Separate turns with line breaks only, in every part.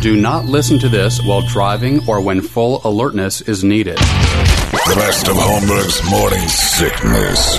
Do not listen to this while driving or when full alertness is needed.
The best of Holmberg's morning sickness.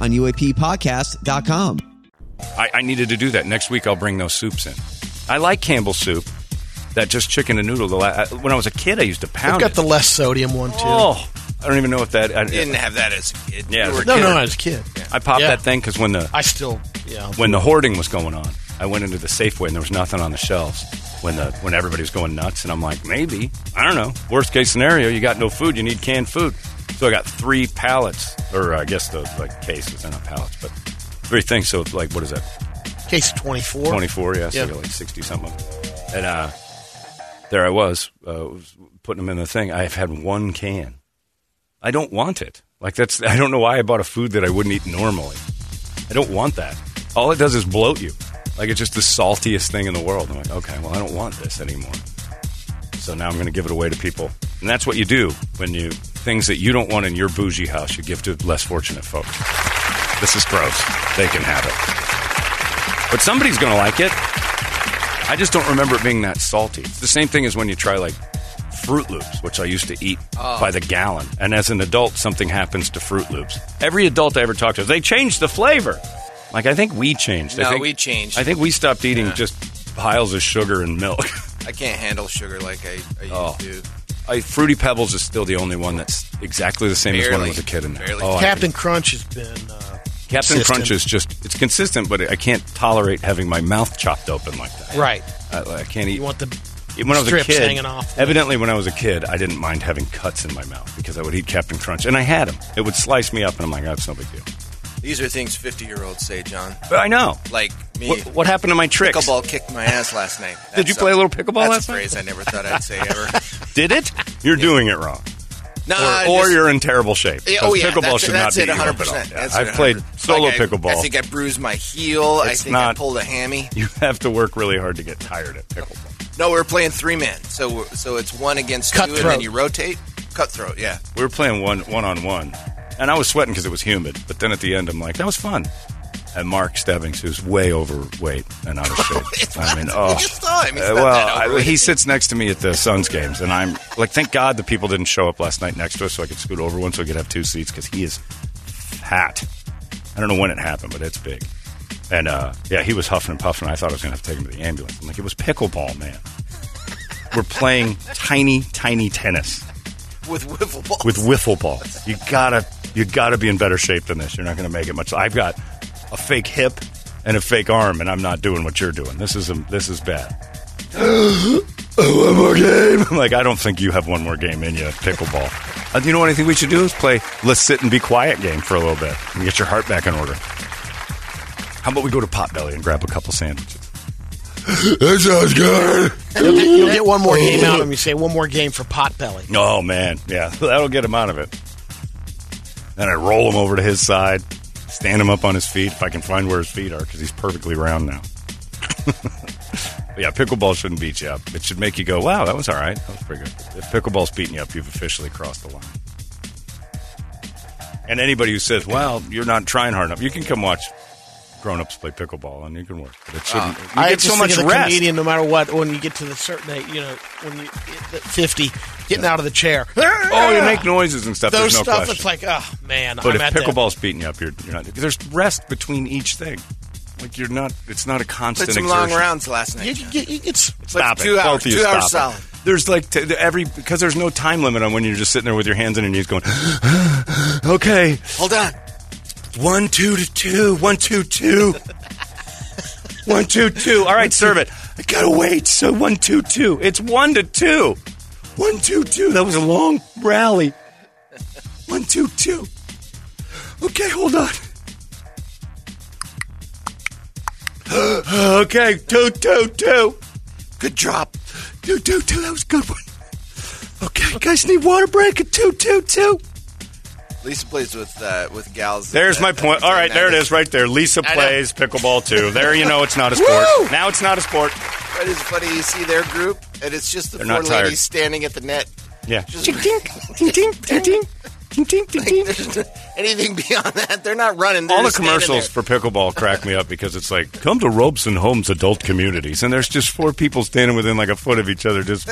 on UAPpodcast.com.
I, I needed to do that. Next week, I'll bring those soups in. I like Campbell's soup, that just chicken and noodle. The la- I, when I was a kid, I used to
I've
pound
got
it.
the less sodium one too.
oh, I don't even know what that. I,
You didn't have that as a kid.
Yeah,
You were a
no,
kid.
no, I was a kid.
I popped
Yeah.
that thing because when the
I still, yeah.
when the hoarding was going on, I went into the Safeway and there was nothing on the shelves. When the when everybody was going nuts, and I'm like, maybe I don't know. Worst case scenario, you got no food. You need canned food. So I got three pallets, or I guess those like cases, they're not pallets, but three things. So like, what is that?
Case of 24.
24, yeah, so
Yeah.
I got like 60 something. of them. And uh, there I was, uh, was putting them in the thing. I've had one can. I don't want it. Like that's I don't know why I bought a food that I wouldn't eat normally. I don't want that. All it does is bloat you. Like it's just the saltiest thing in the world. I'm like, okay, well I don't want this anymore. So now I'm going to give it away to people. And that's what you do when you things that you don't want in your bougie house, you give to less fortunate folks. This is gross. They can have it but somebody's going to like it. I just don't remember it being that salty. It's the same thing as when you try like Fruit Loops, which I used to eat
Oh.
by the gallon. And as an adult, something happens to Fruit Loops. Every adult I ever talked to, they changed the flavor. Like I think we changed. I
No,
think,
we changed.
I think we stopped eating
Yeah.
just piles of sugar and milk.
I can't handle sugar like I, I used
Oh.
to.
I, Fruity Pebbles is still the only one that's exactly the same as when I
Barely.
was a kid. And
Barely.
I
Captain Crunch has been. Uh,
Captain
consistent.
Crunch is just it's consistent, but I can't tolerate having my mouth chopped open like that.
Right.
I, I can't eat.
You want the
Even when I was
strips
a kid,
hanging off.
Evidently, when I was a kid, I didn't mind having cuts in my mouth because I would eat Captain Crunch, and I had them. It would slice me up, and I'm like, that's no big deal.
These are things 50 year olds say, John.
But I know.
Like me.
What, what happened to my tricks?
Pickleball kicked my ass last night.
Did you play a little pickleball last
that's a
night?
phrase I never thought I'd say ever.
Did it? You're doing it wrong,
no,
or, or you're in terrible shape.
Uh, Yeah, oh
'Cause
yeah,
pickleball
that's,
should
that's
not
it,
be
100%.
open up. Yeah,
That's it,
I've played
100%.
solo
Like, I-
pickleball.
I think I bruised my heel. I
It's
think
not-
I pulled a hammy.
you have to work really hard to get tired at pickleball.
No, we were playing three men, so we're- so it's one against two, and then
Cutthroat.
you rotate. Cutthroat, yeah.
We were playing one one on one, and I was sweating because it was humid. But then at the end, I'm like, that was fun. And Mark Stebbings, who's way overweight and out of shape.
It's
I mean,
not-
oh,
you just saw him. He's
Uh,
not
well,
that
I-
overweight.
he sits next to me at the Suns games, and I'm like, thank God the people didn't show up last night next to us, so I could scoot over one, so we could have two seats because he is fat. I don't know when it happened, but it's big. And uh, yeah, he was huffing and puffing. I thought I was going to have to take him to the ambulance. I'm like, it was pickleball, man. We're playing tiny, tiny tennis
with wiffle balls.
with wiffle ball. You gotta you gotta be in better shape than this. You're not gonna make it much. I've got a fake hip and a fake arm, and I'm not doing what you're doing. This is a, this is bad. Oh, one more game. I'm like, I don't think you have one more game in you, pickleball. Uh, you know what I think we should do is play let's sit and be quiet game for a little bit and get your heart back in order. How about we go to Potbelly and grab a couple sandwiches?
That sounds good.
you'll, get, you'll get one more game out of him. You say one more game for Potbelly.
Oh man, yeah, that'll get him out of it. Then I roll him over to his side, stand him up on his feet if I can find where his feet are because he's perfectly round now. But yeah, pickleball shouldn't beat you up. It should make you go, "Wow, that was all right. That was pretty good." If pickleball's beating you up, you've officially crossed the line. And anybody who says, "Well, you're not trying hard enough," you can come watch grown-ups play pickleball, and you can work. But it shouldn't. you
Uh, I
get
just
so
think
much
of the
rest.
comedian, no matter what, when you get to the certain age, you know, when you hit the 50, getting out of the chair.
Oh, you make noises and stuff.
Those
There's no
stuff,
question.
it's like, oh, man,
But
I'm at
if
that-
pickleball's beating you up, you're, you're not. There's rest between each thing. Like you're not. It's not a constant.
Played some
exertion.
long rounds last night.
You,
John.
you, you, it's,
Stop
Like two
it.
hours-
Both of you
two hours
stop it.
solid.
There's like t- every because there's no time limit on when you're just sitting there with your hands on your knees going. okay,
Hold on.
one two to two, one two two, one two two. All right, serve it. I gotta wait. So one two two. It's one to two. One two two. That was a long rally. One two two. Okay, hold on. okay, two two two. Good job. Do, do, do. That was a good one. Okay, guys need water break at 2, 2, 2.
Lisa plays with uh, with gals. that- uh,
There's my
that-
point.
that-
All right,
that-
there it is right there. Lisa
I know.
plays pickleball too. There you know it's not a sport. now it's not a sport.
But it's funny, you see their group, and it's just the
They're
four
not tired.
ladies standing at the net.
Yeah.
Just-
ding, ding, ding, ding. Ding, ding, ding, ding.
There's anything beyond that, they're not running. They're
All the
just standing
commercials
there.
for pickleball crack me up because it's like, come to Robeson Homes Adult Communities, and there's just four people standing within like a foot of each other, just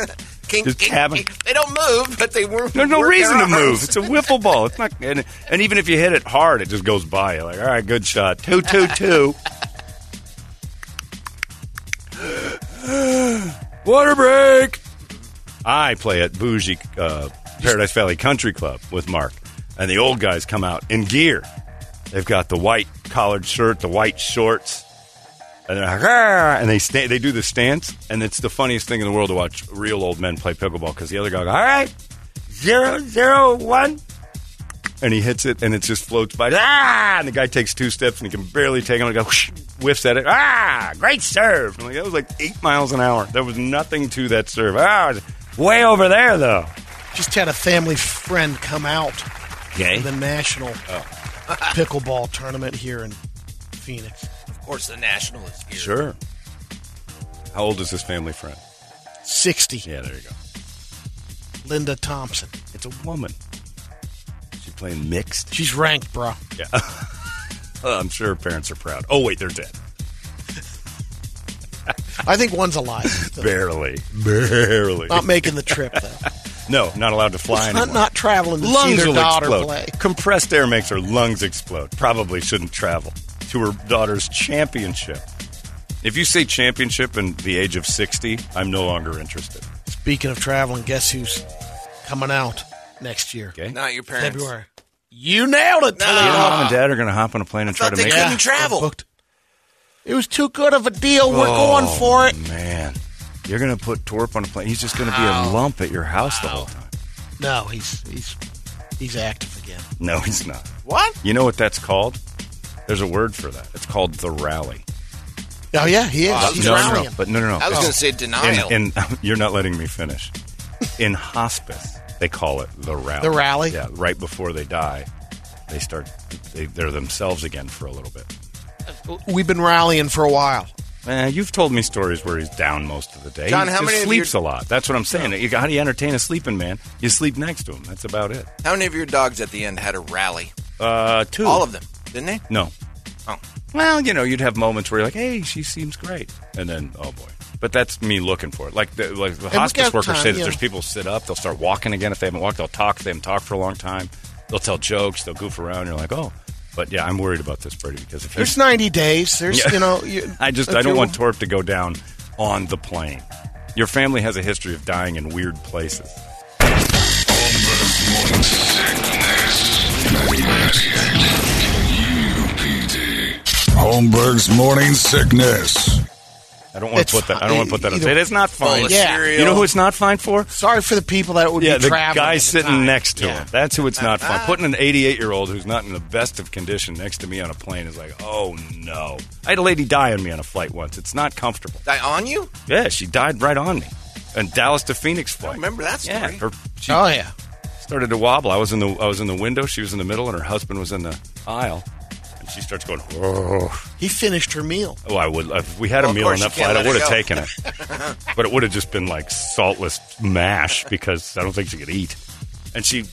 Kink,
just
kink,
tabbing.
kink. They don't move, but they were.
There's no
work their
reason to
arms.
move. It's a wiffle ball. It's not, and, and even if you hit it hard, it just goes by. You're like, all right, good shot. Two, two, two. Water break. I play at Bougie uh, Paradise Valley Country Club with Mark, and the old guys come out in gear. They've got the white collared shirt, the white shorts, and they're like, "Ah," and they sta- they do the stance, and it's the funniest thing in the world to watch real old men play pickleball because the other guy, goes, all right, zero zero one, and he hits it, and it just floats by. Ah! And the guy takes two steps, and he can barely take him. And the guy whoosh, whiffs at it. Ah! Great serve. I'm like, that was like eight miles an hour. There was nothing to that serve. Ah! it was Way over there though.
Just had a family friend come out
Okay.
for the national
Oh.
pickleball tournament here in Phoenix.
Of course, the national is here.
Sure. How old is this family friend?
60.
Yeah, there you go.
Linda Thompson.
It's a woman. She playing mixed.
She's ranked, bro.
Uh, I'm sure her parents are proud. Oh wait, they're dead.
I think one's alive. still.
Barely. Barely.
Not making the trip, though.
no, not allowed to fly anymore.
Um, not, not traveling to see
lungs
their
will
daughter
explode.
play.
Compressed air makes her lungs explode. Probably shouldn't travel to her daughter's championship. If you say championship in the age of 60, I'm no longer interested.
Speaking of traveling, guess who's coming out next year?
Okay.
Not your parents.
February. You nailed it,
Your
Toledo.
mom and dad are going to hop on a plane and try
Uh, Thought
to
they
make
couldn't
Yeah.
travel.
Booked. It was too good of a deal. We're going for it.
it. Oh, Man, you're going to put Torp on a plane. He's just going to be a lump at your house the whole time.
No, he's he's he's active again.
No, he's not.
What?
You know what that's called? There's a word for that. It's called the rally.
Oh yeah, he is. he's
Uh, no, no,
rallying.
no, but no, no, no.
I was
It's-
going to say denial.
And, and you're not letting me finish. In hospice, they call it the rally.
The rally?
Yeah, right before they die, they start. They, they're themselves again for a little bit.
We've been rallying for a while.
Eh, you've told me stories where he's down most of the day.
John,
he
how
just
many of
sleeps
your-
a lot? That's what I'm saying. You- How do you entertain a sleeping man? You sleep next to him. That's about it.
How many of your dogs at the end had a rally?
Uh, two.
All of them, didn't they?
No.
Oh.
Well, you know, you'd have moments where you're like, "Hey, she seems great," and then, oh boy. But that's me looking for it. Like the, like the
we
hospice
got
workers
time,
say that
yeah.
there's people sit up, they'll start walking again if they haven't walked. They'll talk, if they haven't talked for a long time. They'll tell jokes, they'll goof around. You're like, oh, but yeah, I'm worried about this Brady because if
There's
he's,
90 days. There's
Yeah.
you know. You,
I just
if
I don't
you-
want Torp to go down on the plane. Your family has a history of dying in weird places.
Morning sickness. UPD. Holmberg's morning sickness.
I don't want
It's
to put that. I don't want to put that.
either-
It is not fine.
Full of
Yeah.
cereal.
You know who it's not fine for?
Sorry for the people that would
Yeah,
be
the
traveling.
guy
at the
sitting
time.
next to
Yeah.
him. That's who it's not fun. Putting an 88 year old who's not in the best of condition next to me on a plane is like, oh no. I had a lady die on me on a flight once. It's not comfortable.
Die on you?
Yeah, she died right on me. And Dallas to Phoenix flight.
remember that story.
Yeah, her, she
Oh yeah.
started to wobble. I was in the I was in the window. She was in the middle, and her husband was in the aisle. And she starts going. "Whoa."
He finished her meal.
Oh, I would. If we had
Well,
a
of
meal on
course
that
you
flight,
can't
I
let it
would have
go.
taken it. but it would have just been like saltless mash because I don't think she could eat. And she,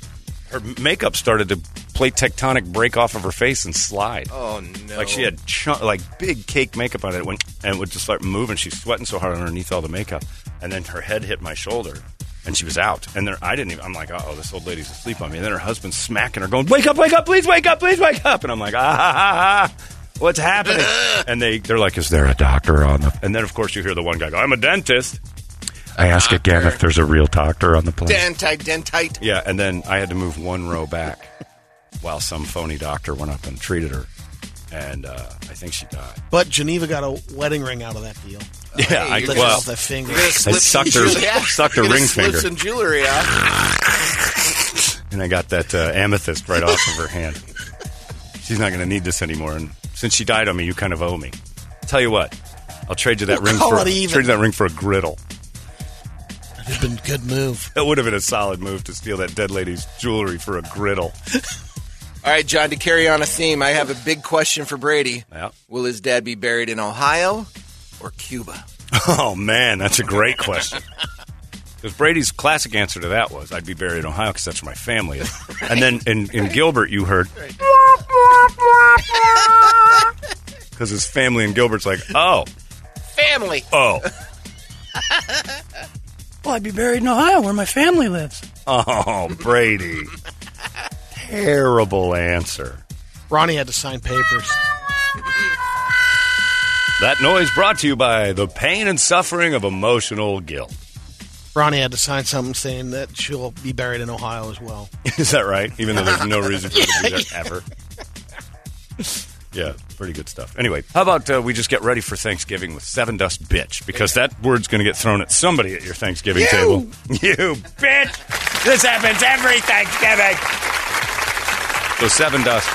her makeup started to plate tectonic break off of her face and slide.
Oh no!
Like she had chunk, like big cake makeup on it, went, and it would just start moving. She's sweating so hard underneath all the makeup, and then her head hit my shoulder, and she was out. And then I didn't even. I'm like, oh, this old lady's asleep on me. And then her husband's smacking her, going, "Wake up, wake up, please wake up, please wake up!" And I'm like, ah, ha, ha, ha. what's happening? and they they're like, is there a doctor on the? And then of course you hear the one guy go, I'm a dentist. I ask again if there's a real doctor on the plane.
dentite, dentite.
Yeah, and then I had to move one row back while some phony doctor went up and treated her. And uh, I think she died.
But Geneva got a wedding ring out of that deal.
Yeah, I,
Lifted
well,
off the finger.
You're gonna slip some
sucked her-
jewelry out.
sucked her
You're gonna
ring
slip
finger.
Some jewelry out.
and I got that uh, amethyst right off of her hand. She's not going to need this anymore. And since she died on me, you kind of owe me. Tell you what, I'll trade you that
We'll
ring
call
for
it even.
trade you that ring for a griddle.
That has been a good move.
That would have been a solid move to steal that dead lady's jewelry for a griddle.
All right, John, to carry on a theme, I have a big question for Brady.
Yeah.
Will his dad be buried in Ohio or Cuba?
Oh man, that's a great question. Because Brady's classic answer to that was, "I'd be buried in Ohio because that's where my family is." And then in, in Gilbert, you heard, because his family in Gilbert's like, "Oh,
Family.
oh." well, I'd be buried in Ohio where my family lives. Oh, Brady, terrible answer.
Ronnie had to sign papers.
That noise brought to you by the pain and suffering of emotional guilt.
Ronnie had to sign something saying that she'll be buried in Ohio as well.
Is that right? Even though there's no reason for it to be there ever. Yeah, pretty good stuff. Anyway, how about uh, we just get ready for Thanksgiving with Seven Dust Bitch? Because that word's going to get thrown at somebody at your Thanksgiving table. You bitch! This happens every Thanksgiving! So Seven Dust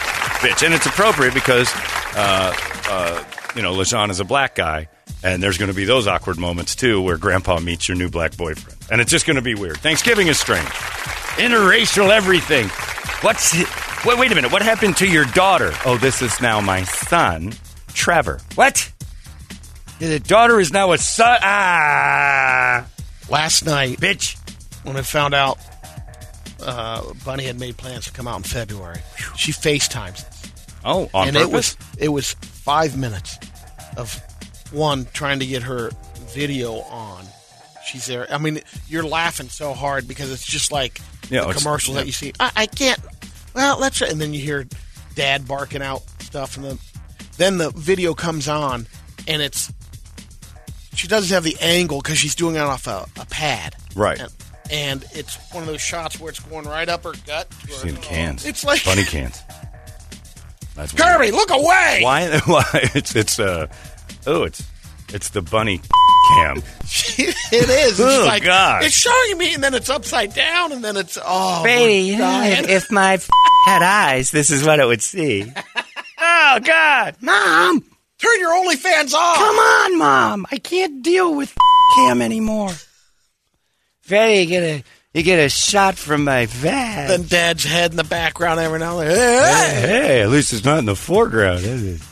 Bitch. And it's appropriate because, uh, uh, you know, LaShawn is a black guy, and there's going to be those awkward moments, too, where grandpa meets your new black boyfriend. And it's just going to be weird. Thanksgiving is strange interracial everything. What's it? Wait, wait a minute. What happened to your daughter? Oh, this is now my son, Trevor. What? The daughter is now a son. Ah,
Last night,
bitch.
when I found out uh, Bunny had made plans to come out in February, she FaceTimes us.
Oh, on
and
purpose.
it was it was five minutes of one trying to get her video on. She's there. I mean, you're laughing so hard because it's just like
Yeah, oh,
the
it's-
commercials that you see. I, I can't. Well, let's. And then you hear dad barking out stuff, and then then the video comes on, and it's she doesn't have the angle because she's doing it off a, a pad,
Right.
And, and it's one of those shots where it's going right up her gut. to her-
in cans.
It's like
bunny cans. That's weird.
Kirby, look away.
Why? Why? It's it's uh oh it's it's the bunny cam.
it is. It's
Oh,
like,
gosh.
It's showing me, and then it's upside down, and then it's oh,
Brady,
we're dying.
if, if my f- had eyes, this is what it would see. oh, God. Mom,
turn your OnlyFans off.
come on, Mom. I can't deal with f- him anymore. Brady, you get a, you get a shot from my van.
Then Dad's head in the background every now and then.
Hey, hey, at least it's not in the foreground, is it?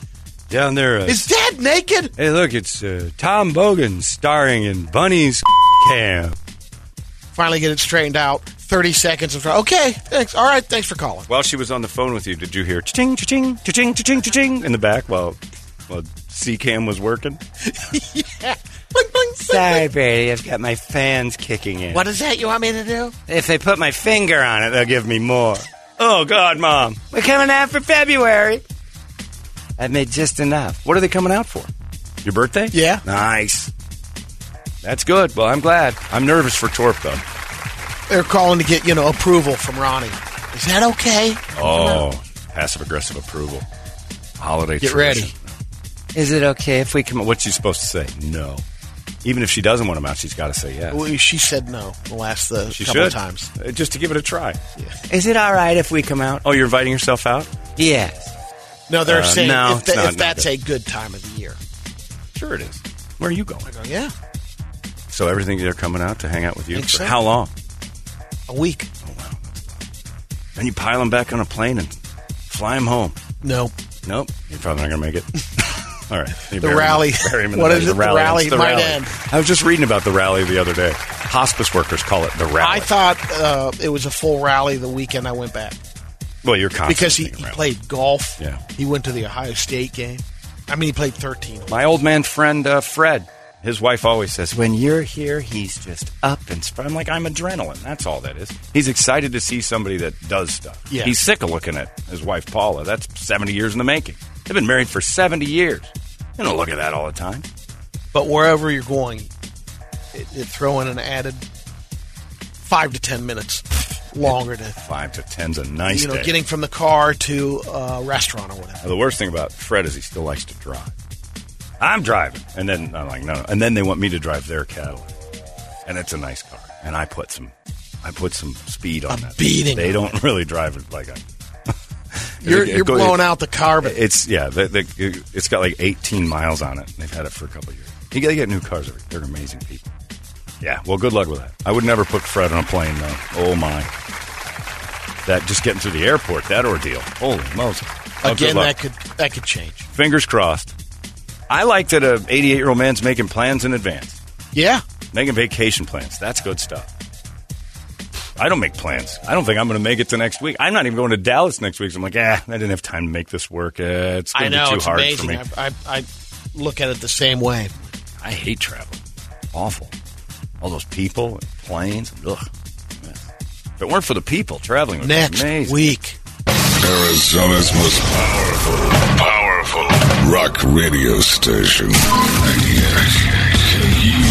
Down there. Uh,
Is Dad naked?
Hey, look, it's uh, Tom Bogan starring in Bunny's Cam.
Finally, get it straightened out. Thirty seconds of okay, thanks. All right, thanks for calling.
While she was on the phone with you, did you hear ching ching ching ching ching in the back while while C Cam was working?
Bling, bling, bling.
Sorry, Brady, I've got my fans kicking in.
What is that you want me to do?
If they put my finger on it,
They'll give me more. Oh God, Mom!
we're coming out for February. I've made just enough.
What are they coming out for? Your birthday?
Yeah.
Nice. That's good. Well, I'm glad. I'm nervous for Torp though.
They're calling to get you know approval from Ronnie. Is that okay?
Oh, passive aggressive approval. Holiday.
Get
tradition.
ready.
Is it okay if we come?
Come on, what's she supposed to say? No. Even if she doesn't want him out, she's got to say yes.
Well, she said no the last uh,
She
couple
should
of times.
Uh, just to give it a try.
Is it all right if we come out?
Oh, you're inviting yourself out?
Yes.
No, they're
Uh,
saying
no,
if,
it's not-
if
not
that's
good.
a good time of the year.
Sure, it is. Where are you going?
I go, yeah,
So everything's they're coming out to hang out with you
Think
for
so.
how long?
a week.
Then you pile them back on a plane and fly them home.
No,
Nope, you're probably not gonna make it. All right, You
The
bury 'em-
rally.
bury 'em in
What
the,
is
the
it? The rally
It's the
might
rally.
end.
I was just reading about the rally the other day. Hospice workers call it the rally.
I thought uh, it was a full rally the weekend I went back
well, you're constantly
because he,
thinking
he
rally.
played golf.
Yeah.
He went to the Ohio State game. I mean, he played 13.
My old man friend uh, Fred, his wife always says,
When you're here, he's just up and
But I'm like, I'm adrenaline. That's all that is. He's excited to see somebody that does stuff.
Yeah.
He's sick of looking at his wife, Paula. That's 70 years in the making. They've been married for 70 years. You don't look at that all the time.
But wherever you're going, it, it throw in an added five to 10 minutes longer to,
Five to ten's a nice
you know,
day.
getting from the car to a restaurant or whatever.
Now, the worst thing about Fred is he still likes to drive. I'm driving. And then I'm like, no, no. And then they want me to drive their Cadillac. And it's a nice car. And I put some I put some speed on
A
that.
beating
They
on
don't really drive it like I
You're,
It- it
you're
go-
blowing out the carbon.
It's yeah, the, the, it's got like 18 miles on it. and They've had it for a couple of years. You gotta get new cars. every- They're amazing people. Yeah. Well, good luck with that. I would never put Fred on a plane though. Oh my. That just getting through the airport, that ordeal. Holy Moses. Oh, good
Again,
luck.
that could that could change.
Fingers crossed. I like that a 88 year old man's making plans in advance,
Yeah.
making vacation plans. That's good stuff. I don't make plans. I don't think I'm going to make it to next week. I'm not even going to Dallas next week. So I'm like, ah, I didn't have time to make this work. Uh, it's
I
going to be
know
too
it's
hard
amazing.
for me.
I, I, I look at it the same way.
I hate traveling. Awful. All those people and planes. Ugh. If it weren't for the people traveling, would be
Next
amazing.
week,
Arizona's most powerful, E powerful rock radio station. And yet, can you